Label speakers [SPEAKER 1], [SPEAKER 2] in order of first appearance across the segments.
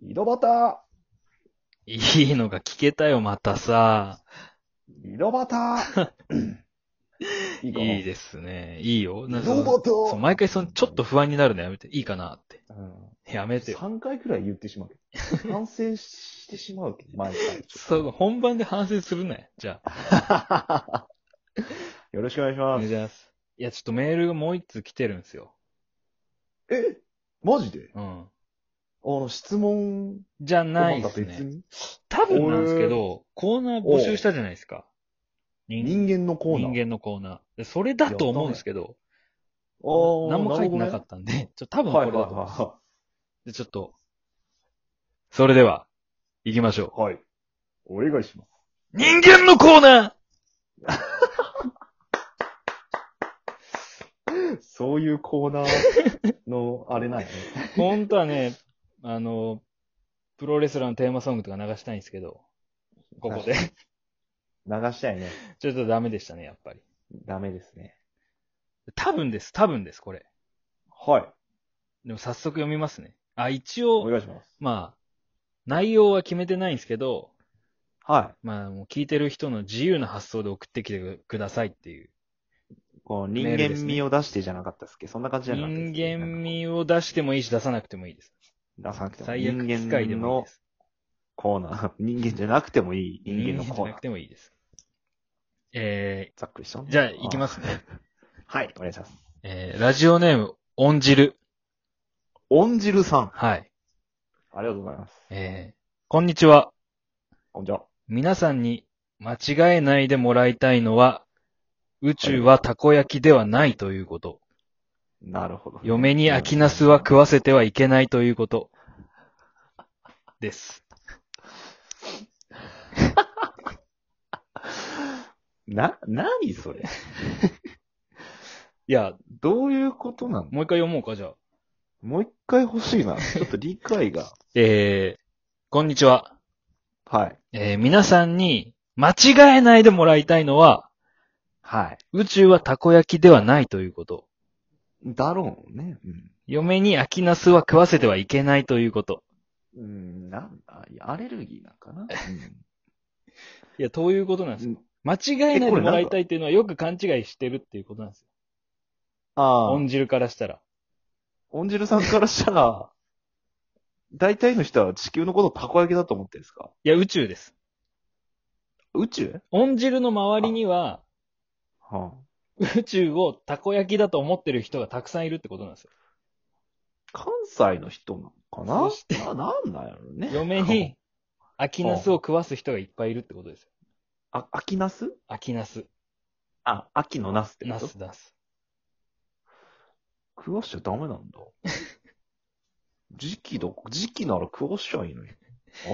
[SPEAKER 1] 井戸端
[SPEAKER 2] いいのが聞けたよ、またさ。
[SPEAKER 1] 井戸 端いいかない
[SPEAKER 2] いですね。いいよ。なん
[SPEAKER 1] 井
[SPEAKER 2] かそ
[SPEAKER 1] 戸
[SPEAKER 2] の
[SPEAKER 1] 端
[SPEAKER 2] そう毎回その、ちょっと不安になるのやめて。いいかなって。
[SPEAKER 1] うん、
[SPEAKER 2] やめてよ。
[SPEAKER 1] 3回くらい言ってしまう。反省してしまうけど、毎
[SPEAKER 2] そう、本番で反省するなよ。じゃ
[SPEAKER 1] 回。 よろしくお願いし
[SPEAKER 2] あ。
[SPEAKER 1] ま
[SPEAKER 2] お願い
[SPEAKER 1] す。
[SPEAKER 2] します。いや、ちょっとメールがもう一通来てるんですよ。
[SPEAKER 1] えマジで
[SPEAKER 2] うん。
[SPEAKER 1] あの、質問
[SPEAKER 2] じゃ
[SPEAKER 1] と
[SPEAKER 2] ない
[SPEAKER 1] か
[SPEAKER 2] で
[SPEAKER 1] だと
[SPEAKER 2] す
[SPEAKER 1] いつ
[SPEAKER 2] ね。
[SPEAKER 1] に
[SPEAKER 2] 多分なんですけど、コーナー募集したじゃないですか。人
[SPEAKER 1] 人間のコーナー。
[SPEAKER 2] 人間のコーナー。でそれだと思うんですけど、
[SPEAKER 1] あー
[SPEAKER 2] 何も書いてなか
[SPEAKER 1] る
[SPEAKER 2] ったんで、ちょ、多分こ
[SPEAKER 1] ほどね
[SPEAKER 2] れだと思う
[SPEAKER 1] は
[SPEAKER 2] で、ちょっと。それでは、行きましょう。
[SPEAKER 1] いはいはい。はい。お願いします。
[SPEAKER 2] 人間のコーナ
[SPEAKER 1] そういうコーナーの、あれなんやね。
[SPEAKER 2] ー本当はね、あの、プロレスラーのテーマソングとか流したいんですけど、ここで。
[SPEAKER 1] 流したいね。
[SPEAKER 2] ちょっとダメでしたね、やっぱり。
[SPEAKER 1] ダメですね。
[SPEAKER 2] 多分です、多分です、これ。
[SPEAKER 1] はい。
[SPEAKER 2] でも早速読みますね。あ、一
[SPEAKER 1] お
[SPEAKER 2] 応、
[SPEAKER 1] 願いします。
[SPEAKER 2] まあ、内容は決めてないんですけど、
[SPEAKER 1] はい。
[SPEAKER 2] まあ、もう聞いてる人の自由な発想で送ってきてくださいっていう。
[SPEAKER 1] こう、
[SPEAKER 2] メ
[SPEAKER 1] 人
[SPEAKER 2] ール
[SPEAKER 1] 間
[SPEAKER 2] ですね
[SPEAKER 1] 味を出してじゃなかったっすっけそんな感じじゃな
[SPEAKER 2] 人
[SPEAKER 1] かったっすっけ
[SPEAKER 2] 間味を出してもいいし、出さなくてもいいです。
[SPEAKER 1] なんか出さなくても
[SPEAKER 2] 最悪
[SPEAKER 1] 人
[SPEAKER 2] 使いで
[SPEAKER 1] 間
[SPEAKER 2] もいい
[SPEAKER 1] の
[SPEAKER 2] です。
[SPEAKER 1] コーナー。人間じゃなくてもいい人間のコー
[SPEAKER 2] 人じゃ
[SPEAKER 1] ナ
[SPEAKER 2] な
[SPEAKER 1] ー
[SPEAKER 2] く。てもいいです。え
[SPEAKER 1] ざっくりした
[SPEAKER 2] ー、じゃあ、行きますね。
[SPEAKER 1] す。はい。お願いします。
[SPEAKER 2] えー、ラジオネーム、オンジル。
[SPEAKER 1] オンジルさん。
[SPEAKER 2] はい。
[SPEAKER 1] ありがとうございます。
[SPEAKER 2] えー、こんにちは。
[SPEAKER 1] こんにちは。
[SPEAKER 2] 皆さんに間違えないでもらいたいのは、宇宙はたこ焼きではないということ。
[SPEAKER 1] なるほど。
[SPEAKER 2] 嫁に秋ナスは食わせてはいけないということ。です。
[SPEAKER 1] な、なにそれ
[SPEAKER 2] いや、
[SPEAKER 1] どういうことなの
[SPEAKER 2] もう一回読もうか、じゃあ。
[SPEAKER 1] もう一回欲しいな。ちょっと理解 が。
[SPEAKER 2] えー、こんにちは。
[SPEAKER 1] はい。
[SPEAKER 2] えー、皆さんに間違えないでもらいたいのは、
[SPEAKER 1] はい。
[SPEAKER 2] 宇宙はたこ焼きではないということ。
[SPEAKER 1] だろうね。うん。
[SPEAKER 2] 嫁に秋ナスは食わせてはいけないということ。
[SPEAKER 1] うん、なんだ、いやアレルギーなんかな、
[SPEAKER 2] いや、どういうことなんです
[SPEAKER 1] う
[SPEAKER 2] よ。
[SPEAKER 1] ん、
[SPEAKER 2] 間違えないでもらいたいっていうのはよく勘違いしてるっていうことなんですよ。
[SPEAKER 1] あ
[SPEAKER 2] オンジルからしたら。
[SPEAKER 1] オンジルさんからした ら、大体の人は地球のことをたこ焼きだと思ってるんですか
[SPEAKER 2] いや、宇宙です。
[SPEAKER 1] 宇宙
[SPEAKER 2] オンジルの周りには、
[SPEAKER 1] はあ、
[SPEAKER 2] 宇宙をたこ焼きだと思ってる人がたくさんいるってことなんですよ。
[SPEAKER 1] 関西の人なのかな
[SPEAKER 2] そして
[SPEAKER 1] な、なんなんやろね。
[SPEAKER 2] 嫁に、秋ナスを食わす人がいっぱいいるってことですよ。
[SPEAKER 1] あ、秋ナス
[SPEAKER 2] 秋ナス、
[SPEAKER 1] あ、秋のナスってこ
[SPEAKER 2] ナ
[SPEAKER 1] と
[SPEAKER 2] ス、ナス。
[SPEAKER 1] 食わしちゃダメなんだ。 時期だ、時期なら食わしちゃいいのに。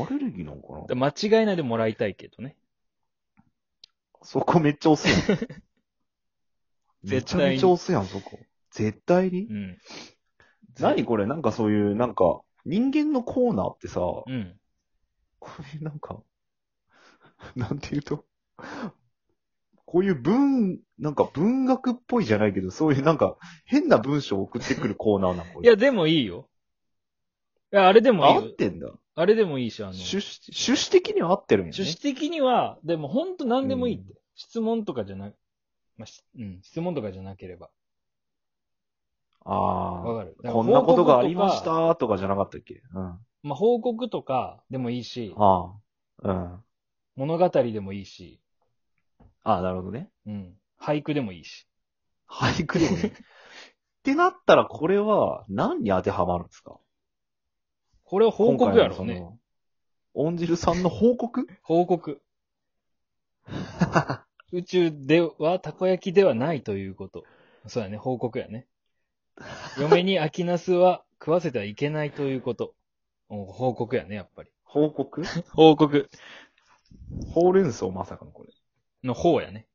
[SPEAKER 1] アレルギーなんかな
[SPEAKER 2] だ間違えないでもらいたいけどね。
[SPEAKER 1] そこめっちゃ押 すやん。め
[SPEAKER 2] 絶
[SPEAKER 1] ちゃ
[SPEAKER 2] 対に
[SPEAKER 1] めちゃ押すやん、そこ。絶対に
[SPEAKER 2] うん。
[SPEAKER 1] 何これなんかそういう、なんか、人間のコーナーってさ、こ
[SPEAKER 2] うん。
[SPEAKER 1] れなんか、 なんていうと、こういう文、なんか文学っぽいじゃないけど、そういうなんか変な文章を送ってくるコーナーなのこ
[SPEAKER 2] い
[SPEAKER 1] れ。
[SPEAKER 2] や、でもいいよ。いや、あれでもいい
[SPEAKER 1] 合
[SPEAKER 2] よ
[SPEAKER 1] っ。てんだ。
[SPEAKER 2] あれでもいいし、あの、
[SPEAKER 1] 趣旨、趣旨的には合ってるんや
[SPEAKER 2] 趣
[SPEAKER 1] ね
[SPEAKER 2] 旨。的には、でも本当何でもいいって。
[SPEAKER 1] う
[SPEAKER 2] 質問とかじゃな、まあ、しうん、質問とかじゃなければ。わ
[SPEAKER 1] あ
[SPEAKER 2] かる。
[SPEAKER 1] あ、こんなことがありまし
[SPEAKER 2] 報告とか。
[SPEAKER 1] たとかじゃなかったっけうん。あ
[SPEAKER 2] まあ、報告とかでもいいし、
[SPEAKER 1] あ、うん。
[SPEAKER 2] 物語でもいいし、
[SPEAKER 1] ああ、なるほどね。
[SPEAKER 2] うん、俳句でもいいし。
[SPEAKER 1] 俳句でもね。 ってなったらこれは何に当てはまるんですか
[SPEAKER 2] これは報告や
[SPEAKER 1] 今回
[SPEAKER 2] ろ
[SPEAKER 1] のそ
[SPEAKER 2] ね。
[SPEAKER 1] の。オンジルさんの報告
[SPEAKER 2] 報告。宇宙ではたこ焼きではないということ。そうだね、報告やね。嫁に秋ナスは食わせてはいけないということ。お報告やね、やっぱり。
[SPEAKER 1] 報告
[SPEAKER 2] 報告
[SPEAKER 1] ほうれん草まさかのこれ。
[SPEAKER 2] の方やね。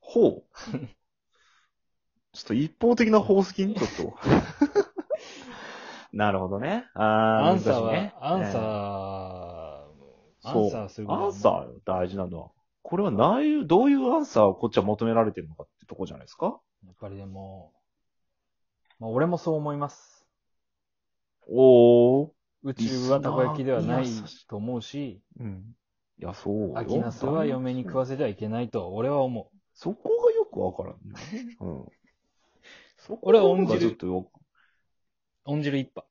[SPEAKER 1] ほ うちょっと一方的な法則にちょっと。 なるほどね。あー
[SPEAKER 2] アンサーは、
[SPEAKER 1] 難しいね
[SPEAKER 2] アンサー、
[SPEAKER 1] ね
[SPEAKER 2] アンサーする
[SPEAKER 1] そうアン
[SPEAKER 2] ー。
[SPEAKER 1] サー大事なのは。これは内容、どういうアンサーをこっちは求められてるのかってとこじゃないですか
[SPEAKER 2] やっぱりでも、まあ、俺もそう思います。
[SPEAKER 1] おー。
[SPEAKER 2] 宇宙はたこ焼きではない
[SPEAKER 1] リスナーに優しい
[SPEAKER 2] と思うし、
[SPEAKER 1] うん。いや、そうよ。
[SPEAKER 2] 秋ナスは嫁に食わせてはいけないと、俺は思う。
[SPEAKER 1] そこがよくわからんのよね。 うん。そ
[SPEAKER 2] 俺は恩
[SPEAKER 1] がちょっ
[SPEAKER 2] 汁、
[SPEAKER 1] とよ、
[SPEAKER 2] 恩汁一杯。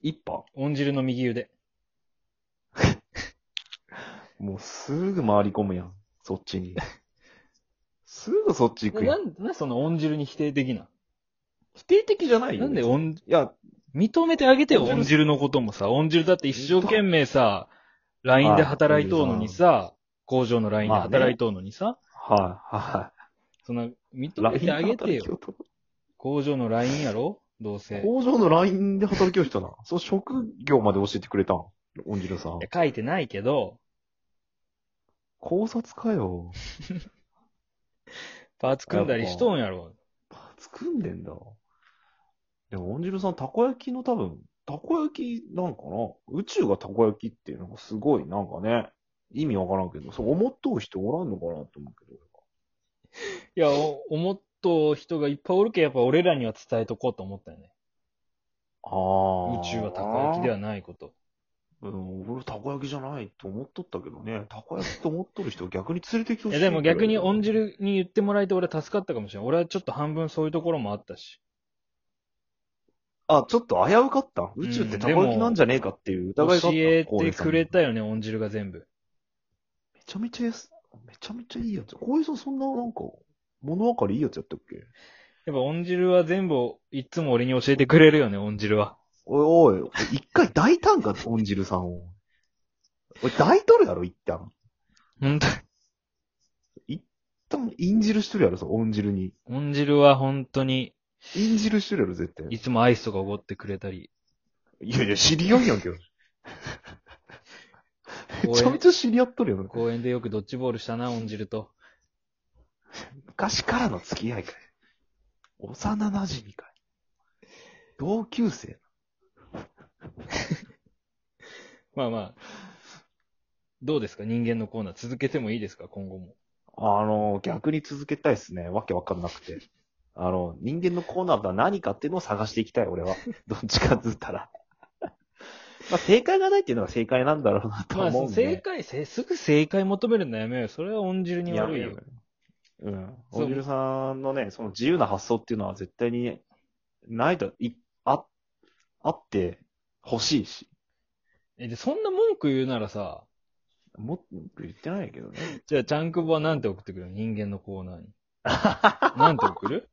[SPEAKER 1] 一派
[SPEAKER 2] 恩汁の右腕。
[SPEAKER 1] もうすぐ回り込むやん。そっち に。すぐそっち行くや。
[SPEAKER 2] なんんでその恩汁に否定的な。
[SPEAKER 1] 否定的じゃないよ。
[SPEAKER 2] なんで
[SPEAKER 1] 別に
[SPEAKER 2] 恩
[SPEAKER 1] いや、
[SPEAKER 2] 認めてあげてよ、
[SPEAKER 1] 恩汁
[SPEAKER 2] 恩汁のこともさ。恩汁だって一生懸命さ、LINE で働いとうのにさ、工場の LINE で
[SPEAKER 1] まあね
[SPEAKER 2] 働いとうのにさ、
[SPEAKER 1] はい、は
[SPEAKER 2] そんな、
[SPEAKER 1] い。
[SPEAKER 2] 認めてあげて
[SPEAKER 1] ラインで働き
[SPEAKER 2] よ。
[SPEAKER 1] ようと
[SPEAKER 2] 工場の LINE やろどうせ。
[SPEAKER 1] 工場の LINE で働きよう人な。そう、職業まで教えてくれたん。恩汁さん
[SPEAKER 2] いや。書いてないけど、
[SPEAKER 1] 考察かよ。
[SPEAKER 2] パーツ組んだりしとんやろ。
[SPEAKER 1] 作んでんだ。でも、恩汁さん、たこ焼きの多分、たこ焼きなんかな宇宙がたこ焼きっていうのがすごい、なんかね、意味わからんけど、そう思っとう人おらんのかなと思うけど。
[SPEAKER 2] いや、お思っとう人がいっぱいおるけんやっぱ俺らには伝えとこうと思ったよね。
[SPEAKER 1] ああ。
[SPEAKER 2] 宇宙はたこ焼きではないこと。
[SPEAKER 1] うん、俺たこ焼きじゃないと思っとったけどね、たこ焼きと思っとる人を逆に連れてきてほ
[SPEAKER 2] い
[SPEAKER 1] しい。
[SPEAKER 2] や、でも逆に恩。汁に言ってもらえて俺は助かったかもしれん。俺はちょっと半分そういうところもあったし。
[SPEAKER 1] あ、ちょっと危うかった。宇宙ってたこ焼きなんじゃねえかっていう疑
[SPEAKER 2] 教
[SPEAKER 1] いがあった。
[SPEAKER 2] え
[SPEAKER 1] 浩
[SPEAKER 2] て
[SPEAKER 1] 平さん
[SPEAKER 2] く
[SPEAKER 1] に
[SPEAKER 2] れたよね、恩汁が全部。
[SPEAKER 1] めちゃめちゃやす、めちゃめちゃいいやつ。浩平さんそんななんか、物分かりいいやつやったっけ
[SPEAKER 2] やっぱ恩汁は全部、いつも俺に教えてくれるよね、恩汁は。
[SPEAKER 1] おいおい、一回抱いたんか、恩汁さんを。俺抱いとるやろ、一旦。
[SPEAKER 2] 本当に。
[SPEAKER 1] 多分、イン汁してるやろ、そう、恩汁に。
[SPEAKER 2] 恩汁は本当に、
[SPEAKER 1] イン汁してるやろ、絶対。
[SPEAKER 2] いつもアイスとかおごってくれたり。
[SPEAKER 1] いやいや、知り合いや んけど。め
[SPEAKER 2] 公
[SPEAKER 1] ちゃめ
[SPEAKER 2] 園
[SPEAKER 1] ちゃ知り合っとるよな。
[SPEAKER 2] 公園でよくドッジボールしたな、恩汁と。
[SPEAKER 1] 昔からの付き合いかい。幼馴染みかい。同級生。
[SPEAKER 2] まあまあ。どうですか人間のコーナー続けてもいいですか今後も。
[SPEAKER 1] あの、逆に続けたいですね。わけわかんなくて。あの、人間のコーナーとは何かっていうのを探していきたい、俺は。 どっちかっつったら。まあ、正解がないっていうのが正解なんだろうなと
[SPEAKER 2] まあ
[SPEAKER 1] 思う、んで。
[SPEAKER 2] 正解、せすぐ正解求めるのやめようよ。それは恩汁に悪いよ。
[SPEAKER 1] や。うん。
[SPEAKER 2] そう
[SPEAKER 1] おじるさんのね、その自由な発想っていうのは絶対にねないと、い、あ、あって欲しいし。
[SPEAKER 2] え、で、そんな文句言うならさ、
[SPEAKER 1] もっと言ってないけどね。
[SPEAKER 2] じゃあ、ちゃんくぼはなんて送ってくるの人間のコーナー に。なんて送る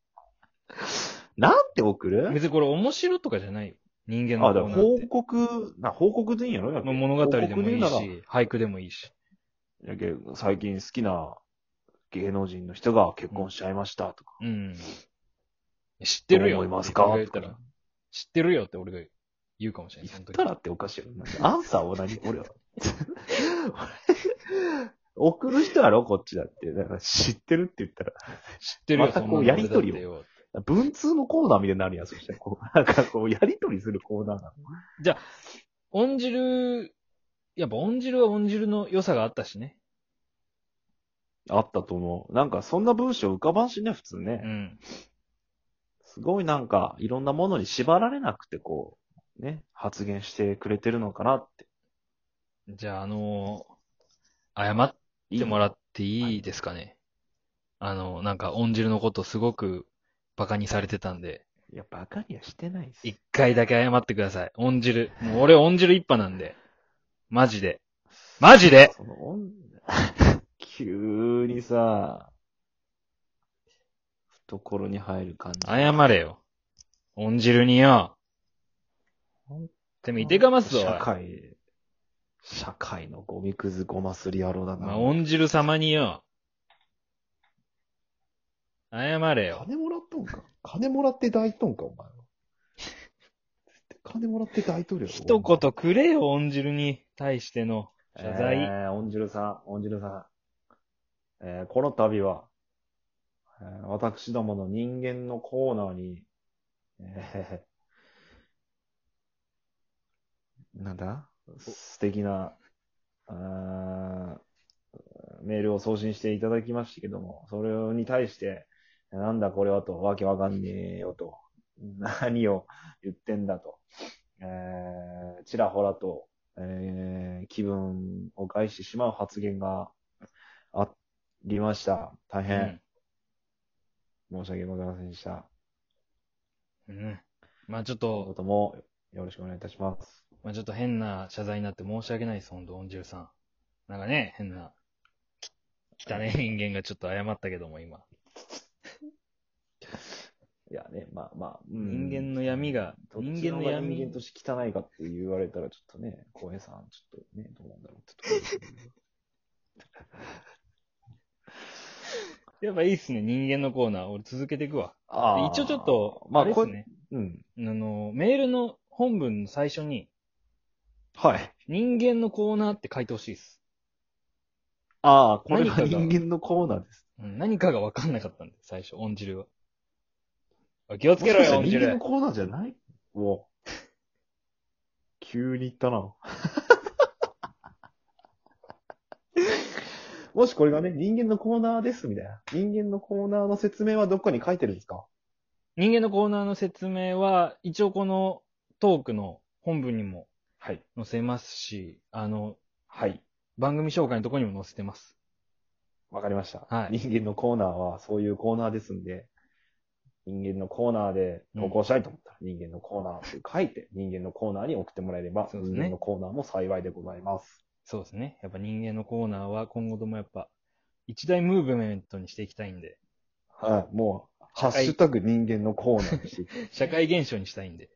[SPEAKER 1] なんて送る
[SPEAKER 2] 別にこれ面白とかじゃないよ。人間
[SPEAKER 1] あ、
[SPEAKER 2] の
[SPEAKER 1] だから
[SPEAKER 2] コーナー
[SPEAKER 1] 報
[SPEAKER 2] って。
[SPEAKER 1] 告、な、報告でいいんやろやっ
[SPEAKER 2] ま
[SPEAKER 1] ぱ
[SPEAKER 2] あ
[SPEAKER 1] り
[SPEAKER 2] 物語でもいい
[SPEAKER 1] 報告で言う
[SPEAKER 2] し、俳句でもいいし。
[SPEAKER 1] ならやけ最近好きな芸能人の人が結婚しちゃいましたとか。
[SPEAKER 2] うん。知ってるよ。
[SPEAKER 1] どう思いますか
[SPEAKER 2] 俺が言ったら。知ってるよって俺が言うかもしれない。
[SPEAKER 1] 言
[SPEAKER 2] そ
[SPEAKER 1] っ
[SPEAKER 2] の時
[SPEAKER 1] たらっておかしいよ。アンサーを何俺は。 送る人やろこっちだって。だから知ってるって言ったら。
[SPEAKER 2] 知ってるよ、
[SPEAKER 1] またこう
[SPEAKER 2] そんなの
[SPEAKER 1] やりとりを
[SPEAKER 2] 俺だってよ
[SPEAKER 1] 文通のコーナーみたいになるやん、そして。こう、なんかこう、やりとりするコーナーなの。
[SPEAKER 2] 恩汁、やっぱ恩汁は恩汁の良さがあったしね。
[SPEAKER 1] あったと思う。なんかそんな文章浮かばんしね、普通ね。
[SPEAKER 2] うん。
[SPEAKER 1] すごいなんか、いろんなものに縛られなくて、こう、ね、発言してくれてるのかなって。
[SPEAKER 2] じゃあ、あのー謝ってもらっていいですかね。あの、なんか、恩汁のことすごくバカにされてたんで、
[SPEAKER 1] いや、バカにはしてないです。
[SPEAKER 2] 一回だけ謝ってください。恩汁。もう俺恩汁一派なんで。マジで。マジで
[SPEAKER 1] その音、急にさ、懐に入る感じ。
[SPEAKER 2] 謝れよ。恩汁によ。てめえ、いてかますぞ。
[SPEAKER 1] 社
[SPEAKER 2] おい
[SPEAKER 1] 会、社会のゴミくずごますり野郎だ
[SPEAKER 2] お前
[SPEAKER 1] な。
[SPEAKER 2] 恩汁様によ。謝れよ。
[SPEAKER 1] 金もらっとんか金もらって抱いとんか、お前は。 金もらって抱いとるよ。
[SPEAKER 2] 一言くれよ、恩汁に対しての謝罪。
[SPEAKER 1] えー、オンジュルさん、オンジュルさん。えー、この度は、えー私どもの人間のコーナーに、えー、なんだ素敵な、あーメールを送信していただきましたけども、それに対して、なんだこれはと、わけわかんねえよと、何を言ってんだと、えーちらほらと、えー、気分を害してしまう発言がありました。大変、申し訳ございませんでした。
[SPEAKER 2] うん。うん。まあちょっ
[SPEAKER 1] 今後
[SPEAKER 2] と、
[SPEAKER 1] ともよろしくお願いいたします。
[SPEAKER 2] まあちょっと変な謝罪になって申し訳ないです、ほんと、オンジュルさん。なんかね、変な、き汚い人間がちょっと謝ったけども、今。
[SPEAKER 1] いやね、まあまあ、
[SPEAKER 2] 人間の闇が、
[SPEAKER 1] どっ
[SPEAKER 2] 人
[SPEAKER 1] ち
[SPEAKER 2] 間
[SPEAKER 1] の
[SPEAKER 2] の
[SPEAKER 1] が
[SPEAKER 2] 闇。
[SPEAKER 1] 人間として汚いかって言われたら、ちょっとね、浩平さん、ちょっとね、どうなんだろうってところですけど。
[SPEAKER 2] やっぱいいっすね、人間のコーナー。俺続けていくわ。
[SPEAKER 1] あー
[SPEAKER 2] 一応ちょっと、
[SPEAKER 1] ま
[SPEAKER 2] ま
[SPEAKER 1] あ、
[SPEAKER 2] あ、です
[SPEAKER 1] これ、
[SPEAKER 2] ね。
[SPEAKER 1] うん。
[SPEAKER 2] あの、メールの本文の最初に、
[SPEAKER 1] はい。
[SPEAKER 2] 人間のコーナーって書いてほしいです。
[SPEAKER 1] ああ、これ
[SPEAKER 2] 何か
[SPEAKER 1] は
[SPEAKER 2] が
[SPEAKER 1] 人間のコーナーです。
[SPEAKER 2] うん、何かが分かんなかったんで、最初、オンジルは。おい気をつ
[SPEAKER 1] もし
[SPEAKER 2] けろ
[SPEAKER 1] かした
[SPEAKER 2] よ、
[SPEAKER 1] ら
[SPEAKER 2] オンジ
[SPEAKER 1] 人間の。
[SPEAKER 2] ル
[SPEAKER 1] コーナーじゃないもう。急に言った な。もしこれがね、人間のコーナーです、みたいな。人間のコーナーの説明はどっかに書いてるんですか
[SPEAKER 2] 人間のコーナーの説明は、一応このトークの本文にも
[SPEAKER 1] はい。
[SPEAKER 2] 載せますし、あの、
[SPEAKER 1] はい。
[SPEAKER 2] 番組紹介のとこにも載せてます。
[SPEAKER 1] わかりました。
[SPEAKER 2] はい
[SPEAKER 1] 人間のコーナーはそういうコーナーですんで、人間のコーナーで投稿したいと思ったら、人間のコーナーって書いて、人間のコーナーに送ってもらえれば、
[SPEAKER 2] そうですね
[SPEAKER 1] 人間のコーナーも幸いでございます。
[SPEAKER 2] そうですね。やっぱ人間のコーナーは今後ともやっぱ、一大ムーブメントにしていきたいんで、
[SPEAKER 1] はい。もう、ハッシュタグ人間のコーナーにして、
[SPEAKER 2] 社会現象にしたいんで、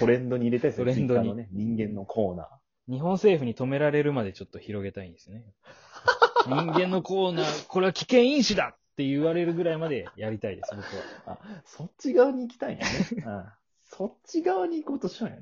[SPEAKER 1] トレンドに入れたいですね。
[SPEAKER 2] トレンドに
[SPEAKER 1] Twitter のね、人間のコーナー。
[SPEAKER 2] 日本政府に止められるまでちょっと広げたい んですね。人間のコーナー、これは危険因子だって言われるぐらいまでやりたいです、僕は。
[SPEAKER 1] あ、そっち側に行きたいんやね。うんそっち側に行こうとしようやね。